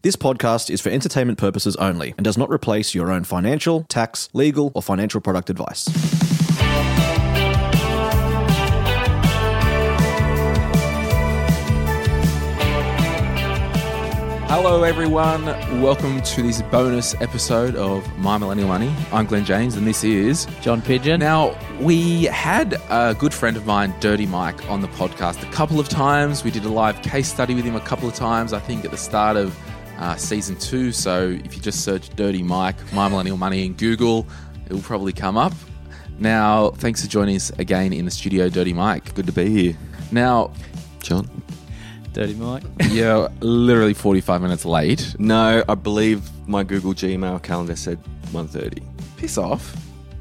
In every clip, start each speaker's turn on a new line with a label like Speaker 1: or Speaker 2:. Speaker 1: This podcast is for entertainment purposes only and does not replace your own financial, tax, legal, or financial product advice.
Speaker 2: Hello, everyone. Welcome to this bonus episode of My Millennial Money. I'm Glenn James, and this is
Speaker 3: John Pigeon.
Speaker 2: Now, we had a good friend of mine, Dirty Mike, on the podcast a couple of times. We did a live case study with him a couple of times, I think at the start of uh, season two. So if you just search Dirty Mike, My Millennial Money in Google, it will probably come up. Now, thanks for joining us again in the studio, Dirty Mike. Good to be here. Now,
Speaker 4: John?
Speaker 3: Dirty Mike.
Speaker 2: you're literally 45 minutes late.
Speaker 4: No, I believe my Google Gmail calendar said 1.30.
Speaker 2: Piss off.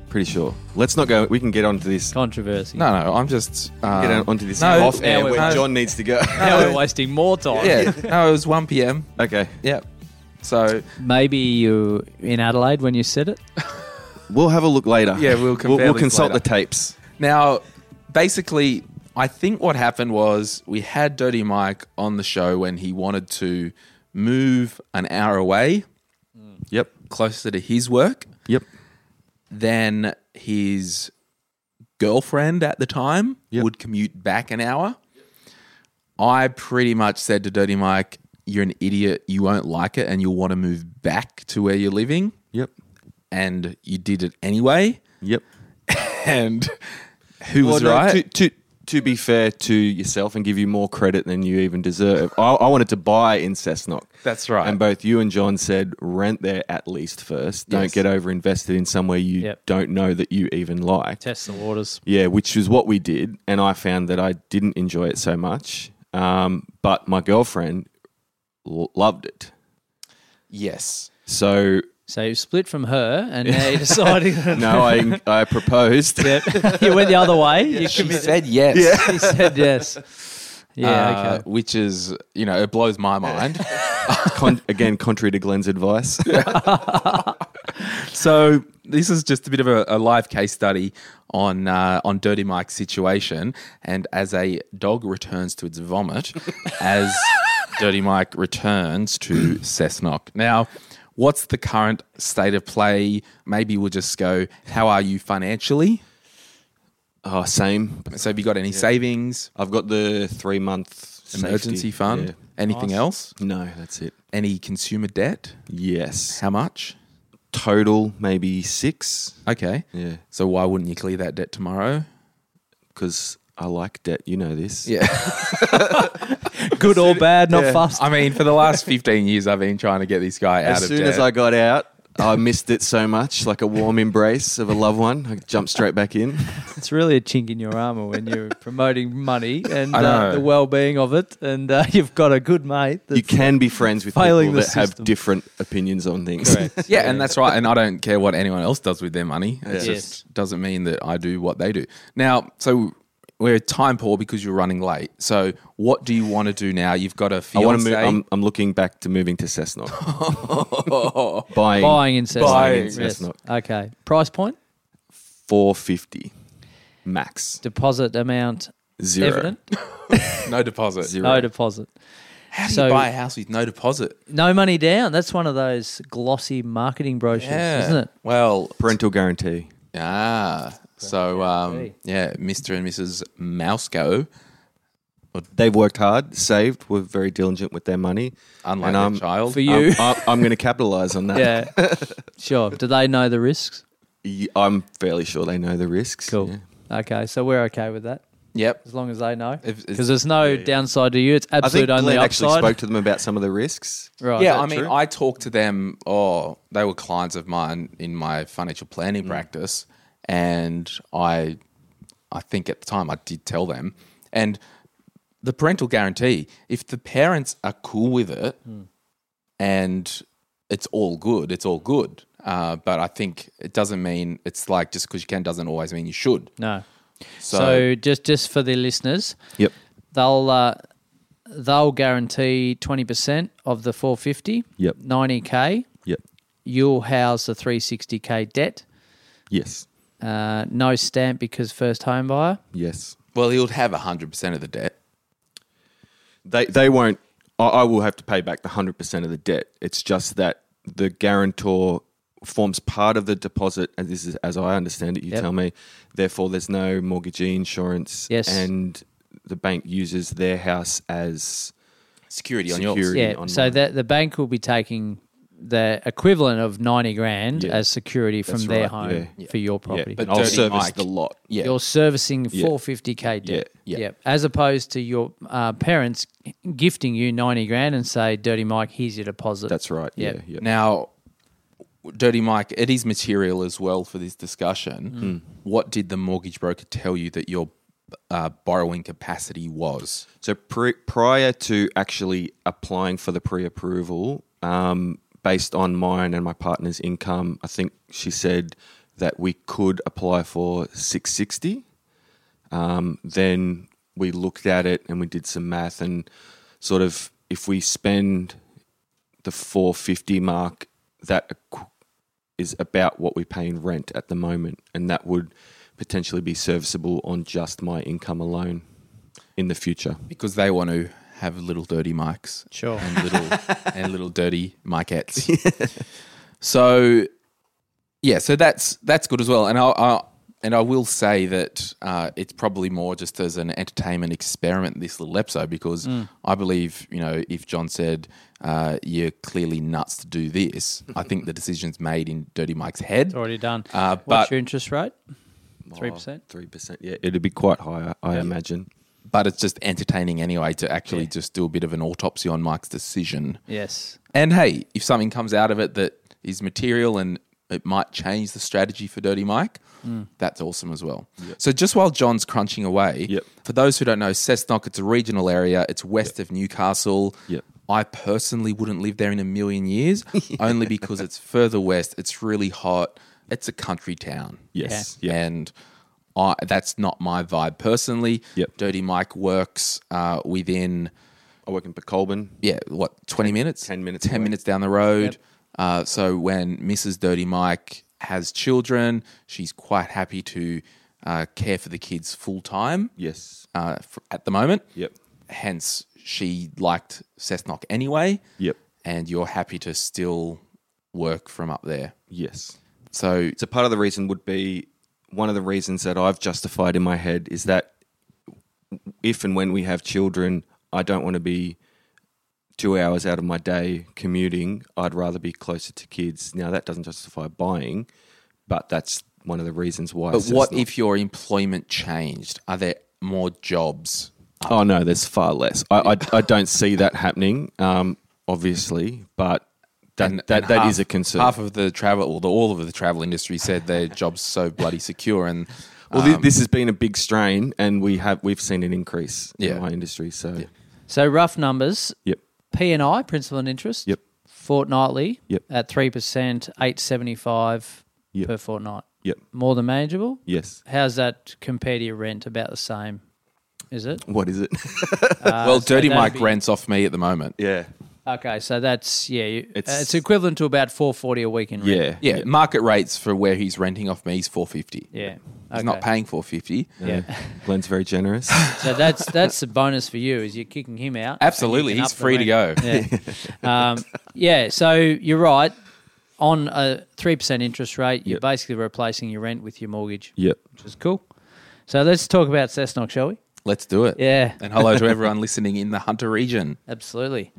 Speaker 4: Pretty sure. Let's not go. We can get onto this.
Speaker 3: Controversy.
Speaker 2: No, no, I'm just uh,
Speaker 4: get onto this
Speaker 2: no,
Speaker 4: off air
Speaker 3: now
Speaker 4: where
Speaker 3: we're- no.
Speaker 4: John needs to go.
Speaker 3: Now we're wasting more time.
Speaker 2: Yeah, no, it was 1 p.m.
Speaker 4: okay,
Speaker 2: Yep. So
Speaker 3: Maybe you in Adelaide when you said it.
Speaker 4: we'll have a look later.
Speaker 2: Yeah, we'll compare
Speaker 4: we'll
Speaker 2: this
Speaker 4: consult
Speaker 2: later.
Speaker 4: the tapes.
Speaker 2: now, basically, I think what happened was we had Dirty Mike on the show when he wanted to move an hour away,
Speaker 4: Mm. Yep,
Speaker 2: closer to his work
Speaker 4: yep,
Speaker 2: than his girlfriend at the time
Speaker 4: Yep.
Speaker 2: would commute back an hour. I pretty much said to Dirty Mike, "You're an idiot. You won't like it, and you'll want to move back to where you're living."
Speaker 4: yep,
Speaker 2: And you did it anyway.
Speaker 4: yep.
Speaker 2: and who was
Speaker 4: Well, no,
Speaker 2: right?
Speaker 4: To, to, to be fair to yourself and give you more credit than you even deserve, I, I wanted to buy in Cessnock.
Speaker 2: That's right.
Speaker 4: And both you and John said rent there at least first. Don't
Speaker 2: Yes.
Speaker 4: get over invested in somewhere you
Speaker 3: Yep.
Speaker 4: don't know that you even like.
Speaker 3: Test the waters.
Speaker 4: Yeah, which is what we did, and I found that I didn't enjoy it so much. Um, but my girlfriend l- loved it.
Speaker 2: yes.
Speaker 4: So
Speaker 3: So you split from her, and now you decided.
Speaker 4: no, I I proposed.
Speaker 3: you went the other way. You
Speaker 2: She
Speaker 3: committed.
Speaker 2: said yes.
Speaker 3: He said yes. Yeah.
Speaker 2: Uh,
Speaker 3: okay.
Speaker 2: Which is, you know, it blows my mind.
Speaker 4: Con- again, contrary to Glenn's advice.
Speaker 2: so this is just a bit of a, a live case study on uh, on Dirty Mike's situation, and as a dog returns to its vomit, as Dirty Mike returns to Cessnock. Now, what's the current state of play? Maybe we'll just go. How are you financially?
Speaker 4: oh, same.
Speaker 2: So, have you got any savings?
Speaker 4: I've got the three month
Speaker 2: Emergency fund? Anything else?
Speaker 4: No, that's it.
Speaker 2: Any consumer debt?
Speaker 4: Yes,
Speaker 2: How much?
Speaker 4: total maybe six
Speaker 2: Okay.
Speaker 4: Yeah.
Speaker 2: So why wouldn't you clear that debt tomorrow?
Speaker 4: because I like debt. You know this.
Speaker 2: Yeah.
Speaker 3: Good or bad, not fast.
Speaker 2: I mean, for the last 15 years, I've been trying to get this guy out
Speaker 4: As
Speaker 2: of
Speaker 4: soon
Speaker 2: debt.
Speaker 4: as I got out, I missed it so much, like a warm embrace of a loved one. I jumped straight back in.
Speaker 3: It's really a chink in your armor when you're promoting money and
Speaker 2: I know.
Speaker 3: uh, the well-being of it, and uh, you've got a good mate.
Speaker 4: you can be friends with people
Speaker 3: failing
Speaker 4: that
Speaker 3: the
Speaker 4: have
Speaker 3: system.
Speaker 4: different opinions on things.
Speaker 2: yeah, and that's right. And I don't care what anyone else does with their money. It
Speaker 3: Yeah.
Speaker 2: just doesn't mean that I do what they do. Now, so we're time poor because you're running late. So what do you want to do now? You've got a
Speaker 4: I
Speaker 2: fiance.
Speaker 4: want to move. um, I'm, I'm looking back to moving to Cessnock.
Speaker 2: Oh,
Speaker 4: Buying,
Speaker 3: buying in Cessnock.
Speaker 4: Buying in
Speaker 3: Yes.
Speaker 4: Cessnock.
Speaker 3: Okay. Price point,
Speaker 4: 450 max.
Speaker 3: deposit amount,
Speaker 4: Zero.
Speaker 3: evident.
Speaker 2: no deposit.
Speaker 4: Zero.
Speaker 3: No deposit.
Speaker 2: How do
Speaker 3: So-
Speaker 2: you buy a house with no deposit?
Speaker 3: No money down. That's one of those glossy marketing brochures, isn't it?
Speaker 2: Well,
Speaker 4: Parental guarantee.
Speaker 2: Ah, so um,
Speaker 3: Hey.
Speaker 2: yeah, Mr. and Mrs. Mousco,
Speaker 4: They've worked hard, saved, were very diligent with their money.
Speaker 2: unlike
Speaker 4: And
Speaker 2: their
Speaker 4: I'm-
Speaker 2: child.
Speaker 3: For you.
Speaker 4: I'm, I'm going to capitalize on that.
Speaker 3: Yeah. sure. Do they know the risks?
Speaker 4: Y- I'm fairly sure they know the risks.
Speaker 3: Cool.
Speaker 4: yeah.
Speaker 3: Okay. So we're okay with that
Speaker 2: Yep.
Speaker 3: as long as they know.
Speaker 2: If- if-
Speaker 3: Because there's no downside to you. It's
Speaker 4: I think
Speaker 3: absolute
Speaker 4: Glenn
Speaker 3: only
Speaker 4: actually
Speaker 3: upside.
Speaker 4: spoke to them about some of the risks.
Speaker 3: right.
Speaker 2: Yeah, I mean,
Speaker 4: true?
Speaker 2: I talked to them. Oh, they were clients of mine in my financial planning
Speaker 3: Mm.
Speaker 2: practice, and I, I think at the time I did tell them, and the parental guarantee, if the parents are cool with it
Speaker 3: Mm.
Speaker 2: and it's all good, it's all good. Uh, but I think it doesn't mean it's like just because you can doesn't always mean you should.
Speaker 3: No.
Speaker 2: So,
Speaker 3: So, just just for the listeners,
Speaker 4: Yep.
Speaker 3: they'll uh, they'll guarantee twenty percent of the four fifty.
Speaker 4: Yep.
Speaker 3: Ninety k.
Speaker 4: Yep.
Speaker 3: You'll house the three sixty k debt.
Speaker 4: Yes.
Speaker 3: Uh, no stamp because first home buyer.
Speaker 4: Yes.
Speaker 2: well, he'll have hundred percent of the debt.
Speaker 4: They they won't. I, I will have to pay back the hundred percent of the debt. It's just that the guarantor forms part of the deposit, and this is as I understand it. You
Speaker 3: Yep.
Speaker 4: tell me. Therefore, there's no mortgagee insurance.
Speaker 3: Yes.
Speaker 4: and the bank uses their house as
Speaker 2: Security, on yours.
Speaker 4: security.
Speaker 3: Yeah.
Speaker 4: on
Speaker 3: So
Speaker 4: mine.
Speaker 3: that the bank will be taking the equivalent of ninety grand
Speaker 4: Yeah.
Speaker 3: as security from
Speaker 4: That's
Speaker 3: their
Speaker 4: right,
Speaker 3: home
Speaker 4: yeah.
Speaker 3: for your
Speaker 4: yeah,
Speaker 3: property.
Speaker 4: and
Speaker 2: But
Speaker 4: I'll
Speaker 2: Dirty
Speaker 4: service
Speaker 2: Mike-
Speaker 4: the lot.
Speaker 2: Yeah.
Speaker 3: You're servicing 450k debt.
Speaker 2: Yeah.
Speaker 3: Yep. As opposed to your uh, parents gifting you 90 grand and say, Dirty Mike, here's your deposit.
Speaker 4: That's right.
Speaker 3: Yep.
Speaker 4: Yeah, yeah.
Speaker 2: Now, Dirty Mike, it is material as well for this discussion.
Speaker 4: Hmm.
Speaker 2: What did the mortgage broker tell you that your uh, borrowing capacity was?
Speaker 4: So pre- prior to actually applying for the pre-approval, um, based on mine and my partner's income, I think she said that we could apply for 660. Um, then we looked at it and we did some math and sort of if we spend the 450 mark, that equ- is about what we pay in rent at the moment, and that would potentially be serviceable on just my income alone in the future.
Speaker 2: Because they want to have little dirty mics.
Speaker 3: Sure.
Speaker 2: And little and little dirty micettes. So yeah, so that's that's good as well. And I, I and I will say that uh, it's probably more just as an entertainment experiment this little episode because I believe you know if John said uh, you're clearly nuts to do this, I think the decision's made in Dirty Mike's head.
Speaker 3: Already done.
Speaker 2: Uh,
Speaker 3: What's
Speaker 2: but-
Speaker 3: your interest rate? 3%?
Speaker 4: Oh, Three percent. Yeah, it'd be quite higher, I imagine.
Speaker 2: But it's just entertaining anyway to actually just do a bit of an autopsy on Mike's decision.
Speaker 3: Yes.
Speaker 2: And hey, if something comes out of it that is material and it might change the strategy for Dirty Mike,
Speaker 4: Mm.
Speaker 2: that's awesome as well. So just while John's crunching away,
Speaker 4: Yep.
Speaker 2: for those who don't know, Cessnock, it's a regional area. It's west of Newcastle.
Speaker 4: Yep.
Speaker 2: I personally wouldn't live there in a million years, only because it's further west. It's really hot. It's a country town.
Speaker 4: Yes. Yeah.
Speaker 2: And I, that's not my vibe personally.
Speaker 4: Yep.
Speaker 2: Dirty Mike works uh, within
Speaker 4: I work in Colburn.
Speaker 2: yeah, what, 20 minutes?
Speaker 4: 10 minutes
Speaker 2: 10
Speaker 4: away.
Speaker 2: minutes down the road. Uh, so when Mrs. Dirty Mike has children, she's quite happy to uh, care for the kids full time
Speaker 4: Yes.
Speaker 2: uh, f- at the moment.
Speaker 4: Yep.
Speaker 2: Hence, she liked Cessnock anyway.
Speaker 4: Yep.
Speaker 2: And you're happy to still work from up there.
Speaker 4: Yes.
Speaker 2: So,
Speaker 4: So part of the reason would be one of the reasons that I've justified in my head is that if and when we have children, I don't want to be two hours out of my day commuting. I'd rather be closer to kids. Now that doesn't justify buying, but that's one of the reasons why.
Speaker 2: but
Speaker 4: it's
Speaker 2: what
Speaker 4: not-
Speaker 2: if your employment changed? Are there more jobs?
Speaker 4: Oh no, there's far less. I I, I don't see that happening. Um, obviously, but that
Speaker 2: And-
Speaker 4: that,
Speaker 2: and
Speaker 4: that
Speaker 2: half-
Speaker 4: is a concern.
Speaker 2: Half of the travel, or the, all of the travel industry said their job's so bloody secure, and um,
Speaker 4: well, thi- this has been a big strain, and we have we've seen an increase
Speaker 2: Yeah.
Speaker 4: in my industry. So,
Speaker 3: So rough numbers.
Speaker 4: yep,
Speaker 3: P and I, principal and interest.
Speaker 4: Yep.
Speaker 3: Fortnightly.
Speaker 4: Yep.
Speaker 3: At 3%, 875
Speaker 4: Yep.
Speaker 3: per fortnight.
Speaker 4: yep,
Speaker 3: More than manageable.
Speaker 4: yes.
Speaker 3: How's that compare to your rent? About the same, is it?
Speaker 4: What is it?
Speaker 2: well, Dirty
Speaker 3: that'd
Speaker 2: Mike
Speaker 3: be-
Speaker 2: rents off me at the moment.
Speaker 4: yeah,
Speaker 3: Okay, so that's yeah, you, it's,
Speaker 4: It's-
Speaker 3: it's equivalent to about four forty a week in rent.
Speaker 4: yeah,
Speaker 2: Yeah, market rates for where he's renting off me is four fifty.
Speaker 3: Yeah.
Speaker 2: he's not
Speaker 3: Okay.
Speaker 2: paying four fifty.
Speaker 3: Yeah.
Speaker 4: Glenn's very generous.
Speaker 3: So that's that's the bonus for you is you're kicking him out.
Speaker 2: Absolutely,
Speaker 3: and you
Speaker 2: he's
Speaker 3: can
Speaker 2: free to
Speaker 3: up
Speaker 2: go.
Speaker 3: the rent. Yeah. um, yeah. So you're right. On a three percent interest rate, you're
Speaker 4: Yep.
Speaker 3: basically replacing your rent with your mortgage,
Speaker 4: yep.
Speaker 3: which is cool. So let's talk about Cessnock, shall we?
Speaker 2: Let's do it.
Speaker 3: Yeah.
Speaker 2: and hello to everyone listening in the Hunter region.
Speaker 3: Absolutely.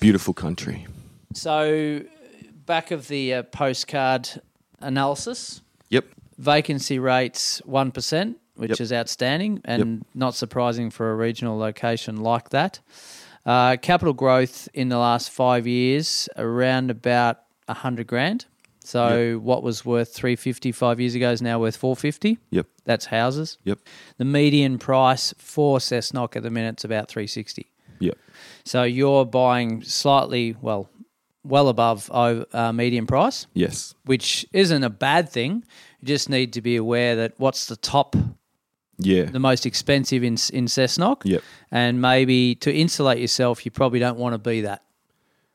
Speaker 4: Beautiful country.
Speaker 3: So back of the uh, postcard analysis,
Speaker 4: Yep.
Speaker 3: vacancy rates 1%, which
Speaker 4: Yep.
Speaker 3: is outstanding and not surprising for a regional location like that. Uh, capital growth in the last five years, around about 100 grand. So what was worth 350 five years ago is now worth 450.
Speaker 4: Yep.
Speaker 3: That's houses.
Speaker 4: Yep.
Speaker 3: The median price for Cessnock at the minute's about 360.
Speaker 4: Yep.
Speaker 3: So you're buying slightly, well, well above o- uh, median price,
Speaker 4: Yes.
Speaker 3: which isn't a bad thing. You just need to be aware that what's the top
Speaker 4: Yeah.
Speaker 3: the most expensive in in Cessnock.
Speaker 4: Yep.
Speaker 3: And maybe to insulate yourself, you probably don't want to be that.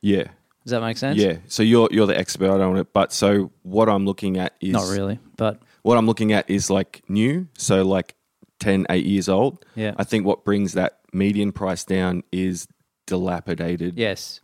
Speaker 4: Yeah.
Speaker 3: Does that make sense?
Speaker 4: Yeah. So you're you're the expert on it, but so what I'm looking at is
Speaker 3: Not really, but
Speaker 4: What I'm looking at is like new, so like 10, 8 years old.
Speaker 3: Yeah.
Speaker 4: I think what brings that median price down is dilapidated
Speaker 3: yes,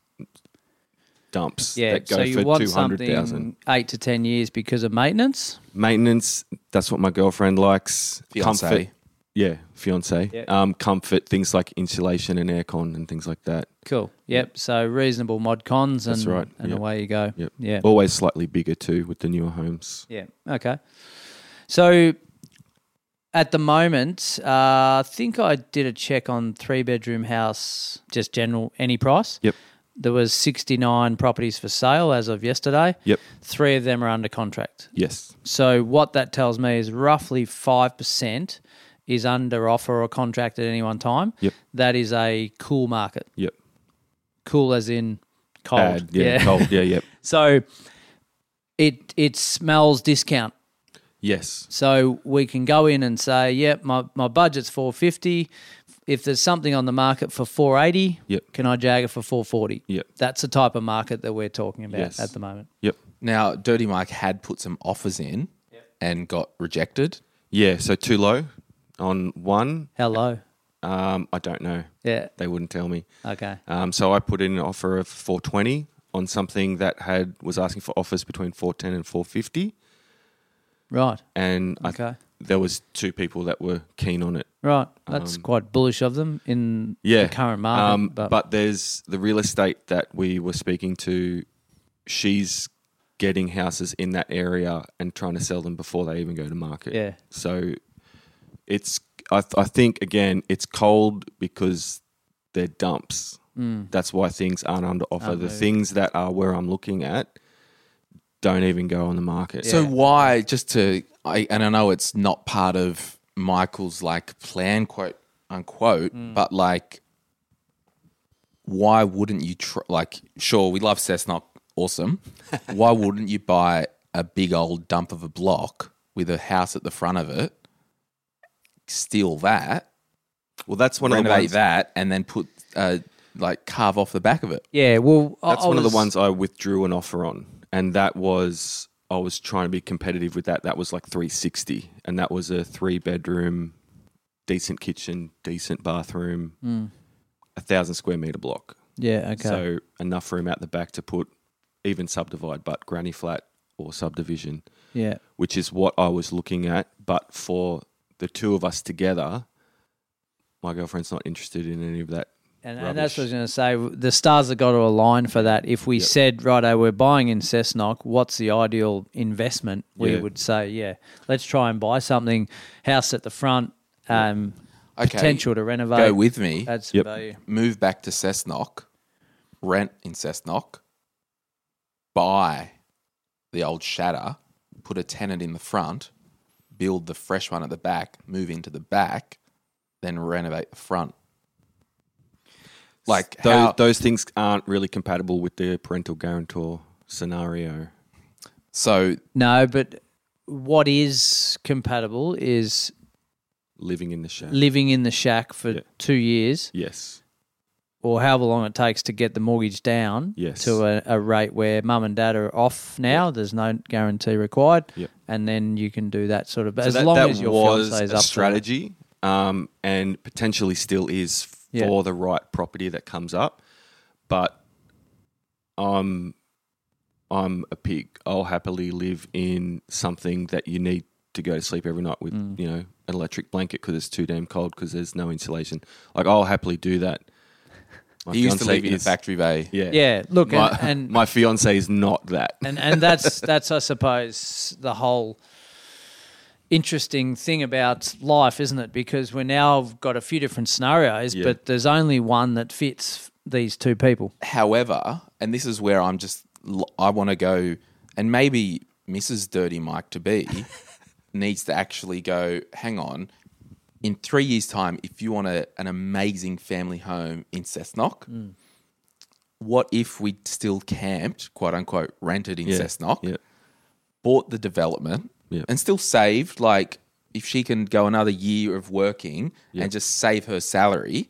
Speaker 4: dumps
Speaker 3: yeah.
Speaker 4: that go
Speaker 3: so you
Speaker 4: for
Speaker 3: want
Speaker 4: two hundred thousand.
Speaker 3: something eight to ten years because of maintenance.
Speaker 4: Maintenance. That's what my girlfriend likes.
Speaker 2: Fiancé.
Speaker 4: Comfort. Yeah, fiance. Um, comfort things like insulation and aircon and things like that.
Speaker 3: Cool. Yep. So reasonable mod cons and
Speaker 4: That's right,
Speaker 3: and
Speaker 4: yep.
Speaker 3: away you go.
Speaker 4: Yep.
Speaker 3: Yeah.
Speaker 4: Always slightly bigger too with the newer homes.
Speaker 3: Yeah. Okay. So at the moment, uh, I think I did a check on three bedroom house, just general, any price.
Speaker 4: Yep.
Speaker 3: There was 69 properties for sale as of yesterday.
Speaker 4: Yep.
Speaker 3: Three of them are under contract.
Speaker 4: Yes.
Speaker 3: So what that tells me is roughly 5% is under offer or contract at any one time.
Speaker 4: Yep.
Speaker 3: That is a cool market.
Speaker 4: Yep.
Speaker 3: Cool as in cold.
Speaker 4: Bad. Yeah. Cold. Yeah. Yep.
Speaker 3: So it it smells discount.
Speaker 4: yes.
Speaker 3: So we can go in and say, yep, my, my budget's 450. If there's something on the market for 480,
Speaker 4: Yep.
Speaker 3: can I jag it for 440?
Speaker 4: Yep.
Speaker 3: That's the type of market that we're talking about
Speaker 4: Yes.
Speaker 3: at the moment.
Speaker 4: Yep.
Speaker 2: Now, Dirty Mike had put some offers in and got rejected.
Speaker 4: Yeah. So too low on one.
Speaker 3: How low?
Speaker 4: Um, I don't know.
Speaker 3: Yeah.
Speaker 4: They wouldn't tell me.
Speaker 3: Okay.
Speaker 4: Um, so I put in an offer of 420 on something that had was asking for offers between 410 and 450,
Speaker 3: Right.
Speaker 4: and I,
Speaker 3: Okay.
Speaker 4: there was two people that were keen on it.
Speaker 3: Right. That's quite bullish of them in
Speaker 4: Um, Yeah,
Speaker 3: the current market.
Speaker 4: Um,
Speaker 3: but,
Speaker 4: but. there's the real estate that we were speaking to. She's getting houses in that area and trying to sell them before they even go to market.
Speaker 3: Yeah.
Speaker 4: So it's I, th- I think again it's cold because they're dumps. That's why things aren't under offer. the things that are where I'm looking at don't even go on the market.
Speaker 2: So why just to I and I know it's not part of Michael's like plan quote unquote,
Speaker 4: Mm.
Speaker 2: but like why wouldn't you tr- like sure we love Cessnock awesome. why wouldn't you buy a big old dump of a block with a house at the front of it? Steal that,
Speaker 4: well, that's one of the
Speaker 2: renovate
Speaker 4: ones.
Speaker 2: that and then put uh, like carve off the back of it.
Speaker 3: yeah, well, I-
Speaker 4: That's
Speaker 3: I
Speaker 4: one of
Speaker 3: was-
Speaker 4: the ones I withdrew an offer on, and that was I was trying to be competitive with that. That was like 360, and that was a three bedroom, decent kitchen, decent bathroom, a thousand square meter block.
Speaker 3: Yeah, okay.
Speaker 4: So enough room out the back to put even subdivide, but granny flat or subdivision,
Speaker 3: yeah.
Speaker 4: which is what I was looking at. But for the two of us together, my girlfriend's not interested in any of that.
Speaker 3: And,
Speaker 4: rubbish.
Speaker 3: and that's what I was going to say. The stars have got to align for that. If we said, righto, we're buying in Cessnock, what's the ideal investment? We
Speaker 4: Yeah.
Speaker 3: would say, yeah, let's try and buy something, house at the front, um,
Speaker 2: Okay.
Speaker 3: potential to renovate.
Speaker 2: Go with me.
Speaker 3: Add some
Speaker 4: Yep.
Speaker 3: value.
Speaker 2: move back to Cessnock, rent in Cessnock, buy the old shatter, put a tenant in the front, build the fresh one at the back, move into the back, then renovate the front. Like
Speaker 4: those,
Speaker 2: how,
Speaker 4: those things aren't really compatible with the parental guarantor scenario.
Speaker 2: so
Speaker 3: No, but what is compatible is
Speaker 4: Living in the shack.
Speaker 3: living in the shack for
Speaker 4: Yeah.
Speaker 3: two years
Speaker 4: yes.
Speaker 3: or however long it takes to get the mortgage down
Speaker 4: Yes.
Speaker 3: to a, a rate where mum and dad are off now. There's no guarantee required.
Speaker 4: Yep.
Speaker 3: And then you can do that sort of
Speaker 4: So
Speaker 3: as
Speaker 4: that,
Speaker 3: long
Speaker 4: that
Speaker 3: as your
Speaker 4: was
Speaker 3: fiance is
Speaker 4: a
Speaker 3: up strategy.
Speaker 4: strategy, um, and potentially still is for
Speaker 3: Yeah.
Speaker 4: the right property that comes up. But I'm I'm a pig. I'll happily live in something that you need to go to sleep every night with, you know, an electric blanket because it's too damn cold because there's no insulation. Like I'll happily do that. My
Speaker 2: he used to
Speaker 4: fiancée
Speaker 2: live in a
Speaker 4: is-
Speaker 2: factory bay.
Speaker 4: Yeah.
Speaker 3: Yeah, look,
Speaker 4: My,
Speaker 3: and, and,
Speaker 4: my fiance is not that.
Speaker 3: and and that's that's I suppose the whole interesting thing about life, isn't it? Because we're now got a few different scenarios,
Speaker 4: Yeah.
Speaker 3: but there's only one that fits these two people.
Speaker 2: However, and this is where I'm just, l- I want to go and maybe Mrs. Dirty Mike to be needs to actually go, hang on, in three years' time, if you want a, an amazing family home in Cessnock,
Speaker 4: Mm.
Speaker 2: what if we still camped, quote unquote, rented in
Speaker 4: Yeah,
Speaker 2: Cessnock,
Speaker 4: yeah.
Speaker 2: bought the development,
Speaker 4: Yeah.
Speaker 2: and still saved? Like, if she can go another year of working and just save her salary,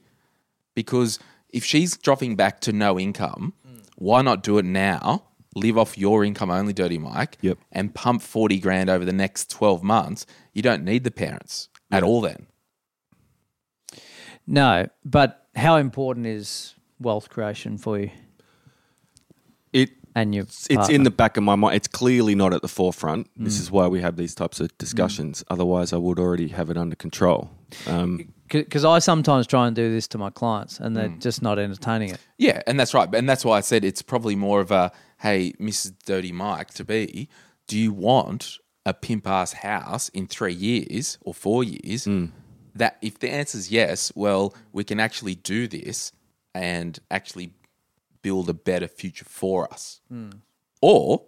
Speaker 2: because if she's dropping back to no income, why not do it now? Live off your income only, Dirty Mike,
Speaker 4: Yep.
Speaker 2: and pump 40 grand over the next 12 months. You don't need the parents at all then.
Speaker 3: No, but how important is wealth creation for you
Speaker 4: It
Speaker 3: and your
Speaker 4: it's, it's in
Speaker 3: partner?
Speaker 4: the back of my mind. It's clearly not at the forefront. This is why we have these types of discussions. Otherwise, I would already have it under control. Um,
Speaker 3: because I sometimes try and do this to my clients, and they're just not entertaining it.
Speaker 2: Yeah, and that's right. And that's why I said it's probably more of a hey, Mrs. Dirty Mike to be, do you want a pimp ass house in three years or four years?
Speaker 4: Mm.
Speaker 2: That if the answer is yes, well, we can actually do this and actually build a better future for us. Or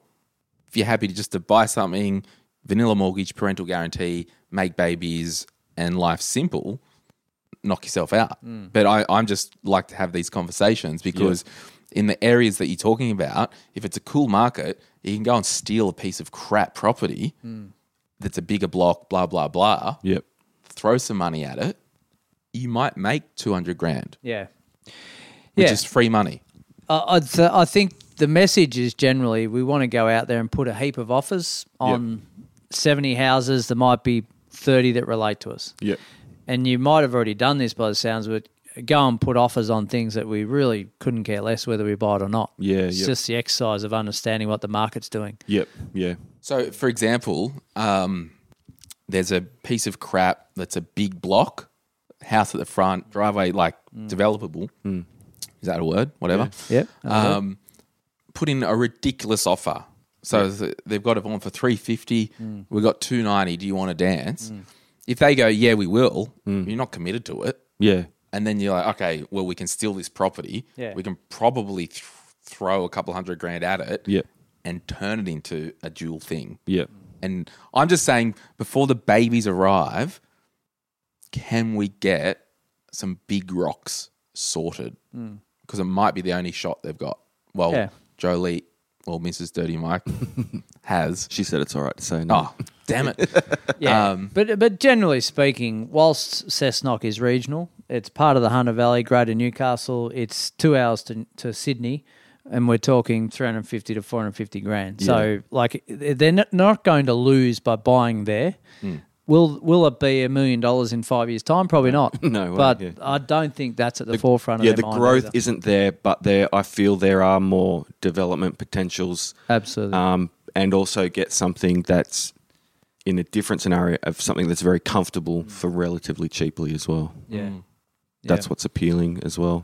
Speaker 2: if you're happy to just to buy something, vanilla mortgage, parental guarantee, make babies, and life simple, knock yourself out. But I, I'm just like to have these conversations because in the areas that you're talking about, if it's a cool market, you can go and steal a piece of crap property that's a bigger block, blah, blah, blah,
Speaker 4: yep.
Speaker 2: throw some money at it. You might make 200 grand,
Speaker 3: Yeah,
Speaker 2: which
Speaker 3: Yeah.
Speaker 2: is free money.
Speaker 3: I I'd th- I think the message is generally we want to go out there and put a heap of offers on seventy houses. There might be thirty that relate to us,
Speaker 4: Yep.
Speaker 3: and you might have already done this by the sounds of it. Go and put offers on things that we really couldn't care less whether we buy it or not.
Speaker 4: Yeah,
Speaker 3: it's
Speaker 4: yep.
Speaker 3: just the exercise of understanding what the market's doing.
Speaker 4: Yep. Yeah.
Speaker 2: So, for example, um, there's a piece of crap that's a big block, house at the front, driveway, like developable. Is that a word? Whatever.
Speaker 3: Mm. Yeah.
Speaker 2: Um, put in a ridiculous offer. So th- they've got it on for 350.
Speaker 3: Mm.
Speaker 2: We've got 290. Do you want to dance? If they go, yeah, we will,
Speaker 3: Mm.
Speaker 2: you're not committed to it.
Speaker 4: Yeah.
Speaker 2: And then you're like, okay, well, we can steal this property.
Speaker 3: Yeah.
Speaker 2: We can probably th- throw a couple hundred grand at it
Speaker 4: Yep.
Speaker 2: and turn it into a dual thing.
Speaker 4: Yep.
Speaker 2: And I'm just saying, before the babies arrive, can we get some big rocks sorted? Because it might be the only shot they've got. Well,
Speaker 3: Hmm. Yeah.
Speaker 2: Jolie, well, Mrs. Dirty Mike has.
Speaker 4: She said it's all right to say no.
Speaker 2: Oh, damn it.
Speaker 3: Yeah,
Speaker 4: Um,
Speaker 3: but but generally speaking, whilst Cessnock is regional, it's part of the Hunter Valley, Greater Newcastle. It's two hours to to Sydney, and we're talking three hundred fifty to four hundred fifty grand. So like they're not- not going to lose by buying there.
Speaker 4: Hmm.
Speaker 3: Will will it be a million dollars in five years' time? Probably not.
Speaker 4: No way,
Speaker 3: but
Speaker 4: yeah.
Speaker 3: I don't think that's at the, forefront of
Speaker 4: yeah,
Speaker 3: their
Speaker 4: the
Speaker 3: mind
Speaker 4: growth
Speaker 3: either.
Speaker 4: isn't there, but there I feel there are more development potentials.
Speaker 3: absolutely
Speaker 4: Um, and also get something that's in a different scenario of something that's very comfortable for relatively cheaply as well.
Speaker 3: yeah.
Speaker 4: That's
Speaker 3: Hmm. Yeah.
Speaker 4: what's appealing as well.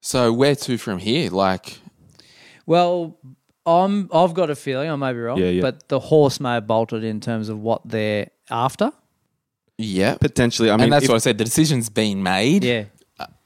Speaker 2: So, where to from here? Like,
Speaker 3: Well, I'm, I've got a feeling, I may be wrong,
Speaker 4: Yeah, yeah.
Speaker 3: but the horse may have bolted in terms of what they're after.
Speaker 2: yeah.
Speaker 4: Potentially, I mean,
Speaker 2: and that's
Speaker 4: if-
Speaker 2: what I said. The decision's been made.
Speaker 3: Yeah.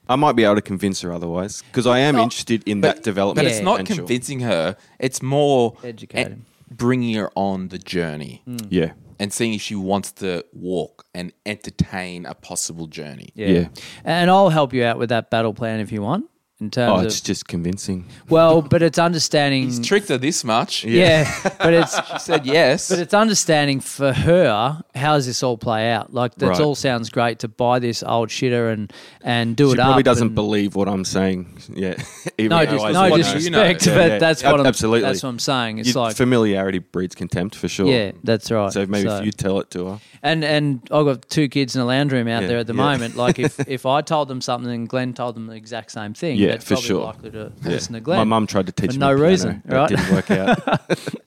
Speaker 4: I might be able to convince her otherwise because I am interested in that development.
Speaker 2: But it's not
Speaker 4: potential.
Speaker 2: convincing her. It's more
Speaker 3: Educating.
Speaker 2: bringing her on the journey
Speaker 4: Yeah.
Speaker 2: and seeing if she wants to walk and entertain a possible journey.
Speaker 3: Yeah.
Speaker 4: Yeah.
Speaker 3: And I'll help you out with that battle plan if you want. In
Speaker 4: Oh,
Speaker 3: terms
Speaker 4: it's
Speaker 3: of
Speaker 4: just convincing.
Speaker 3: well, but it's understanding.
Speaker 2: He's tricked her this much.
Speaker 3: yeah, but it's
Speaker 2: She said yes.
Speaker 3: but it's understanding for her how does this all play out? Like that
Speaker 4: Right.
Speaker 3: all sounds great to buy this old shitter and and do
Speaker 4: She
Speaker 3: it up.
Speaker 4: probably doesn't
Speaker 3: and-
Speaker 4: believe what I'm saying. Yeah. Even
Speaker 3: No,
Speaker 4: though
Speaker 3: dis-
Speaker 4: I
Speaker 2: otherwise
Speaker 3: no
Speaker 2: what
Speaker 4: know.
Speaker 2: do you know?
Speaker 3: disrespect,
Speaker 4: Yeah,
Speaker 3: but
Speaker 4: yeah.
Speaker 3: that's
Speaker 4: Ab-
Speaker 3: what I'm,
Speaker 4: absolutely.
Speaker 3: That's what I'm saying. It's
Speaker 4: You-
Speaker 3: like
Speaker 4: familiarity breeds contempt for sure.
Speaker 3: yeah, that's right.
Speaker 4: So maybe
Speaker 3: So-
Speaker 4: if you tell it to her.
Speaker 3: And and I've got two kids in a lounge room out
Speaker 4: Yeah,
Speaker 3: there at the
Speaker 4: yeah.
Speaker 3: moment. Like if, if I told them something and Glenn told them the exact same thing,
Speaker 4: Yeah. Yeah,
Speaker 3: that's
Speaker 4: for
Speaker 3: probably
Speaker 4: sure.
Speaker 3: likely to
Speaker 4: Yeah.
Speaker 3: listen to Glenn.
Speaker 4: My mum tried to teach
Speaker 3: For
Speaker 4: me
Speaker 3: no
Speaker 4: piano.
Speaker 3: reason,
Speaker 4: That
Speaker 3: right?
Speaker 4: didn't work out.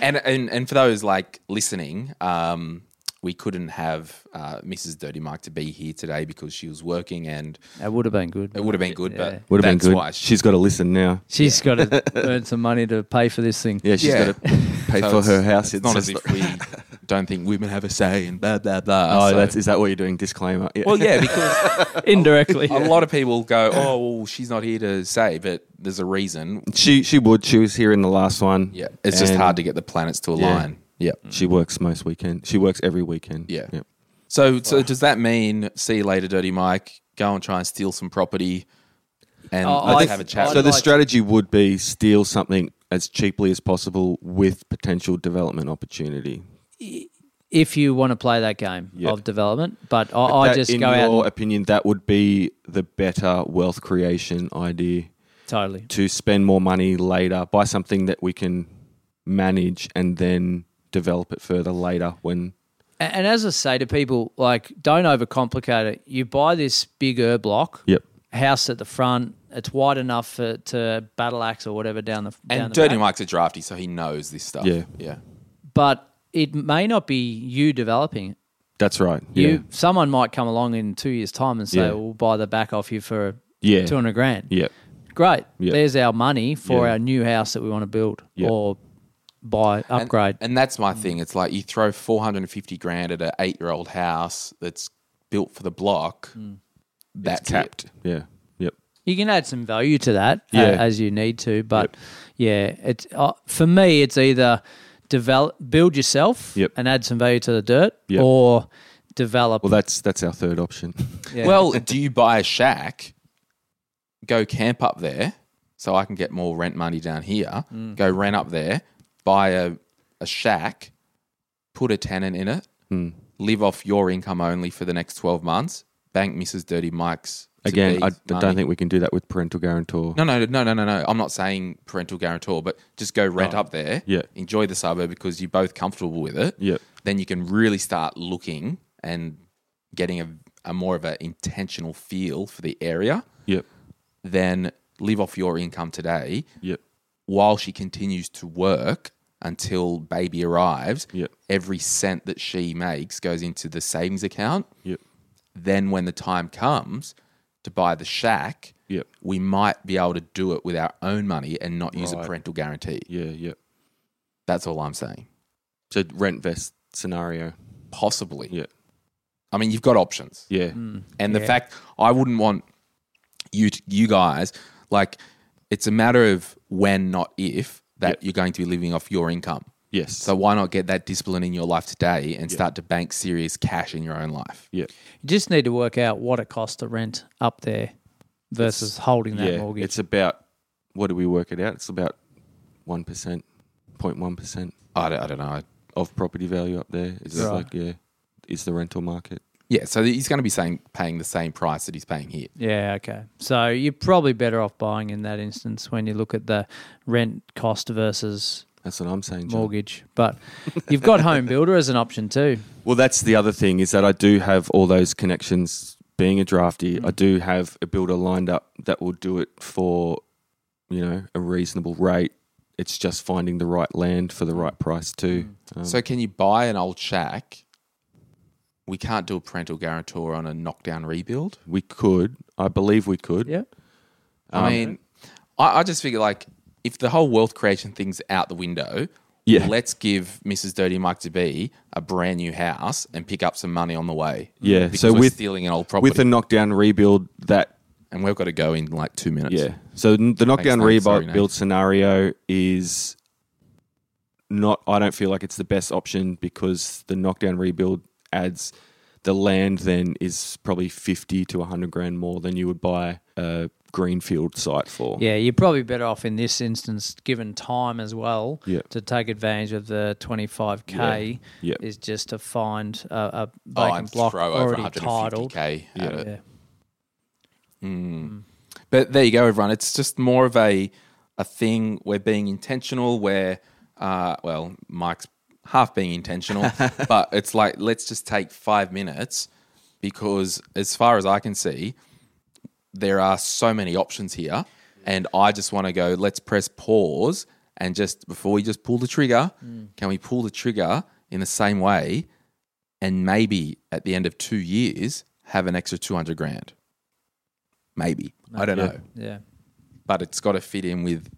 Speaker 2: and, and and for those like listening, um, we couldn't have uh, Mrs. Dirty Mike to be here today because she was working, and
Speaker 3: It would have been good.
Speaker 2: it would have been good,
Speaker 3: Yeah.
Speaker 2: but
Speaker 4: Would have been
Speaker 2: that's
Speaker 4: good.
Speaker 2: Why she,
Speaker 4: She's got to listen now.
Speaker 3: She's got to earn some money to pay for this thing.
Speaker 4: Yeah, she's
Speaker 2: Yeah.
Speaker 4: got to pay
Speaker 2: so
Speaker 4: for
Speaker 2: it's-
Speaker 4: her house.
Speaker 2: It's not
Speaker 4: says-
Speaker 2: as if we don't think women have a say and blah blah blah.
Speaker 4: Oh,
Speaker 2: So-
Speaker 4: that's is that what you're doing? Disclaimer. Yeah.
Speaker 2: well, yeah, because.
Speaker 3: Indirectly.
Speaker 2: A lot of people go, oh, well, she's not here to say, but there's a reason.
Speaker 4: she she would. She was here in the last one.
Speaker 2: Yeah, it's just
Speaker 4: And
Speaker 2: hard to get the planets to
Speaker 4: Yeah. Mm-hmm.
Speaker 2: align. Yeah.
Speaker 4: She works most weekend. She works every weekend.
Speaker 2: Yeah. So, so does that mean see you later, Dirty Mike? Go and try and steal some property, and
Speaker 3: Oh,
Speaker 2: let's
Speaker 3: I-
Speaker 2: have a chat.
Speaker 3: I'd
Speaker 4: So the
Speaker 3: like-
Speaker 4: strategy would be steal something as cheaply as possible with potential development opportunity.
Speaker 3: if you want to play that game
Speaker 4: Yeah.
Speaker 3: of development, but I, I
Speaker 4: That,
Speaker 3: just
Speaker 4: in
Speaker 3: go out
Speaker 4: your
Speaker 3: and,
Speaker 4: opinion, that would be the better wealth creation idea
Speaker 3: totally.
Speaker 4: to spend more money later, buy something that we can manage, and then develop it further later when
Speaker 3: And, and as I say to people, like, don't overcomplicate it. You buy this bigger block,
Speaker 4: Yep.
Speaker 3: house at the front. It's wide enough for, to battle axe or whatever down the down
Speaker 2: and
Speaker 3: the
Speaker 2: Dirty
Speaker 3: back.
Speaker 2: Mike's a drafty, so he knows this stuff.
Speaker 4: Yeah.
Speaker 2: yeah.
Speaker 3: but it may not be you developing it.
Speaker 4: That's right.
Speaker 3: You,
Speaker 4: yeah.
Speaker 3: someone might come along in two years' time and say,
Speaker 4: Yeah.
Speaker 3: "We'll buy the back off you for
Speaker 4: Yeah.
Speaker 3: two hundred grand."
Speaker 4: Yeah.
Speaker 3: great.
Speaker 4: Yeah.
Speaker 3: There's our money for
Speaker 4: Yeah.
Speaker 3: our new house that we want to build
Speaker 4: Yeah.
Speaker 3: or buy,
Speaker 2: And-
Speaker 3: upgrade.
Speaker 2: And, that's
Speaker 3: Mm.
Speaker 2: my thing. It's like you throw 450 grand at an eight year old house that's built for the block.
Speaker 3: Mm.
Speaker 2: That's it.
Speaker 4: Capped. Yeah. Yep.
Speaker 3: You can add some value to that a-
Speaker 4: Yeah.
Speaker 3: as you need to, but yeah, it's uh, for me, it's either develop, build yourself,
Speaker 4: Yep.
Speaker 3: and add some value to the dirt,
Speaker 4: Yep.
Speaker 3: or develop.
Speaker 4: Well, that's that's our third option.
Speaker 3: Yeah.
Speaker 2: Well, do you buy a shack, go camp up there, so I can get more rent money down here?
Speaker 4: Mm.
Speaker 2: Go rent up there, buy a, a shack, put a tenant in it,
Speaker 4: Hmm.
Speaker 2: live off your income only for the next 12 months, bank Mrs. Dirty Mike's. to
Speaker 4: Again,
Speaker 2: be
Speaker 4: I d-
Speaker 2: money.
Speaker 4: don't think we can do that with parental guarantor.
Speaker 2: No, no, no, no, no, no. I'm not saying parental guarantor, but just go rent up there.
Speaker 4: Oh. Yeah.
Speaker 2: Enjoy the suburb because you're both comfortable with it.
Speaker 4: Yeah.
Speaker 2: Then you can really start looking and getting a, a more of an intentional feel for the area.
Speaker 4: Yep.
Speaker 2: Then live off your income today
Speaker 4: Yep.
Speaker 2: while she continues to work until baby arrives.
Speaker 4: Yeah.
Speaker 2: Every cent that she makes goes into the savings account
Speaker 4: Yep.
Speaker 2: then when the time comes to buy the shack,
Speaker 4: Yep.
Speaker 2: we might be able to do it with our own money and not use a
Speaker 4: Right.
Speaker 2: parental guarantee.
Speaker 4: Yeah. Yep.
Speaker 2: That's all I'm saying.
Speaker 4: So rent vest scenario.
Speaker 2: Possibly.
Speaker 4: Yeah.
Speaker 2: I mean, you've got options.
Speaker 4: Yeah.
Speaker 3: Mm.
Speaker 2: And the fact I wouldn't want you t you guys like it's a matter of when not if that
Speaker 4: Yep.
Speaker 2: you're going to be living off your income.
Speaker 4: Yes.
Speaker 2: So why not get that discipline in your life today and start to bank serious cash in your own life?
Speaker 4: yeah.
Speaker 3: you just need to work out what it costs to rent up there versus holding that
Speaker 4: Yeah.
Speaker 3: mortgage.
Speaker 4: It's about what do we work it out? It's about one percent, 0.1 percent
Speaker 2: I don't, I don't know.
Speaker 4: of property value up there. It's
Speaker 3: Right.
Speaker 4: like yeah, is the rental market.
Speaker 2: Yeah, so he's going to be saying paying the same price that he's paying here.
Speaker 3: yeah, okay. So you're probably better off buying in that instance when you look at the rent cost versus
Speaker 4: That's what I'm saying. John.
Speaker 3: mortgage. But you've got home builder as an option too.
Speaker 4: Well, that's the other thing is that I do have all those connections. Being a drafty,
Speaker 2: Mm-hmm.
Speaker 4: I do have a builder lined up that will do it for, you know, a reasonable rate. It's just finding the right land for the right price too. Um,
Speaker 2: Mm-hmm. So can you buy an old shack? We can't do a parental guarantor on a knockdown rebuild.
Speaker 4: we could, I believe we could. um,
Speaker 3: Yeah.
Speaker 2: I mean, I, I just figure like if the whole wealth creation thing's out the window,
Speaker 4: Yeah.
Speaker 2: let's give Mrs. Dirty Mike to be a brand new house and pick up some money on the way.
Speaker 4: Yeah,
Speaker 2: because
Speaker 4: so
Speaker 2: we're
Speaker 4: with-
Speaker 2: stealing an old property,
Speaker 4: With a knockdown rebuild, that
Speaker 2: and we've got to go in like two minutes.
Speaker 4: yeah. So n- the knockdown
Speaker 2: Nate. Sorry,
Speaker 4: rebuild
Speaker 2: Nate.
Speaker 4: build scenario is not. I don't feel like it's the best option because the knockdown rebuild adds the land. Then is probably fifty to hundred grand more than you would buy a greenfield site for.
Speaker 3: Yeah, you're probably better off in this instance, given time as well,
Speaker 4: Yeah.
Speaker 3: to take advantage of the 25k.
Speaker 4: Yeah. Yeah.
Speaker 3: Is just to find a, a
Speaker 2: oh,
Speaker 3: vacant
Speaker 2: and
Speaker 3: block
Speaker 2: throw over
Speaker 3: already titled.
Speaker 2: 150k at it. Mm.
Speaker 3: Yeah. Mm.
Speaker 2: But there you go, everyone. It's just more of a a thing. We're being intentional. Where, uh, well, Mike's half being intentional, but it's like let's just take five minutes because, as far as I can see, there are so many options here, and I just want to go. Let's press pause and just before we just pull the trigger, can we pull the trigger in the same way, and maybe at the end of two years have an extra two hundred grand? Maybe I don't know,
Speaker 3: Yeah.
Speaker 2: but it's got to fit in with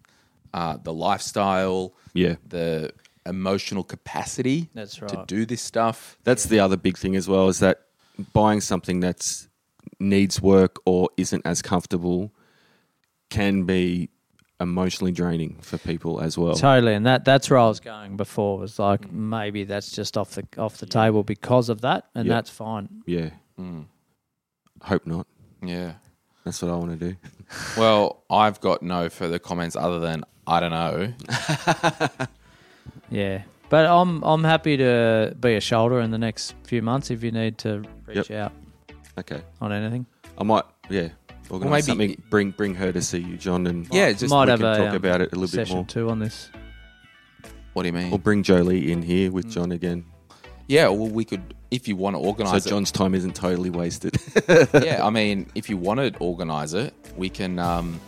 Speaker 2: uh, the lifestyle,
Speaker 4: Yeah.
Speaker 2: the emotional capacity
Speaker 3: That's
Speaker 2: to
Speaker 3: right.
Speaker 2: do this stuff.
Speaker 4: That's the other big thing as well is that buying something that's needs work or isn't as comfortable can be emotionally draining for people as well.
Speaker 3: Totally, and that that's where I was going before. Was like
Speaker 2: Mm.
Speaker 3: maybe that's just off the off the table because of that, and
Speaker 4: Yeah.
Speaker 3: that's fine.
Speaker 4: Yeah.
Speaker 2: Mm.
Speaker 4: Hope not.
Speaker 2: Yeah.
Speaker 4: That's what I want to do.
Speaker 2: Well, I've got no further comments other than I don't know.
Speaker 3: Yeah, but I'm I'm happy to be a shoulder in the next few months if you need to reach out
Speaker 4: Okay.
Speaker 3: on anything.
Speaker 4: I might yeah. Organize
Speaker 2: maybe-
Speaker 4: something bring bring her to see you, John, and
Speaker 2: Yeah, just
Speaker 4: we
Speaker 3: Might
Speaker 4: can
Speaker 3: have a
Speaker 4: talk
Speaker 3: um,
Speaker 4: about it a little bit
Speaker 3: session
Speaker 4: more.
Speaker 3: two on this.
Speaker 2: what do you mean?
Speaker 4: Or bring Jolie in here
Speaker 3: Mm.
Speaker 4: with John again.
Speaker 2: yeah, well, we could if you want to
Speaker 4: So
Speaker 2: organize
Speaker 4: John's time isn't totally wasted.
Speaker 2: it. yeah, I mean, if you want to organize it, we can um,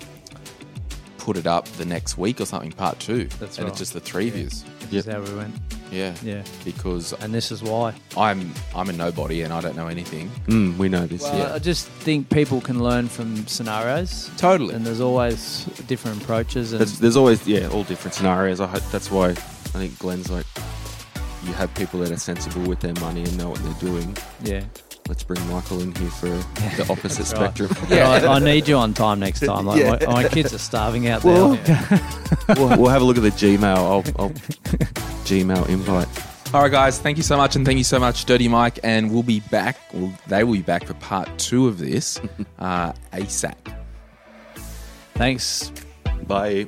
Speaker 2: put it up the next week or something, part two.
Speaker 3: That's
Speaker 2: and
Speaker 3: right.
Speaker 2: it's just the three of yous.
Speaker 3: This is how we went,
Speaker 2: Yeah,
Speaker 3: Yeah.
Speaker 2: Because
Speaker 3: and this is why.
Speaker 2: I'm I'm a nobody and I don't know anything.
Speaker 4: mm, we know this.
Speaker 3: Well, uh,
Speaker 4: yeah.
Speaker 3: I just think people can learn from scenarios.
Speaker 2: Totally.
Speaker 3: and there's always different approaches. And
Speaker 4: That's, there's always yeah, all different scenarios. I hope that's why I think Glenn's like, you have people that are sensible with their money and know what they're doing.
Speaker 3: yeah,
Speaker 4: Let's bring Michael in here for the opposite
Speaker 3: That's right.
Speaker 4: spectrum.
Speaker 3: yeah. I, I need you on time next time. Like my, my kids are starving out there.
Speaker 4: Well, we'll, we'll have a look at the Gmail. I'll, I'll Gmail invite.
Speaker 2: All right, guys, thank you so much, and thank you so much, Dirty Mike. And we'll be back. Well, they will be back for part two of this uh, ASAP.
Speaker 3: Thanks.
Speaker 4: Bye.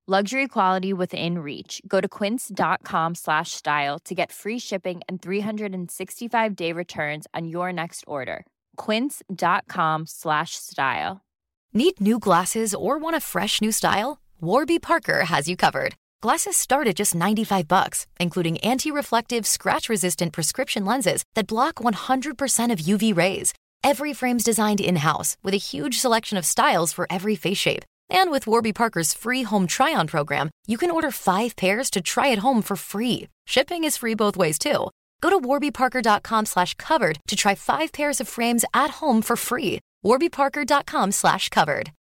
Speaker 5: Luxury quality within reach. Go to quince.com slash style to get free shipping and 365 day returns on your next order. Quince.com slash style.
Speaker 6: Need new glasses or want a fresh new style? Warby Parker has you covered. Glasses start at just 95 bucks, including anti-reflective, scratch-resistant prescription lenses that block 100% of UV rays. Every frame's designed in-house with a huge selection of styles for every face shape. And with Warby Parker's free home try-on program, you can order 5 pairs to try at home for free. Shipping is free both ways too. Go to warbyparker.com slash covered to try 5 pairs of frames at home for free. warbyparker.com slash covered.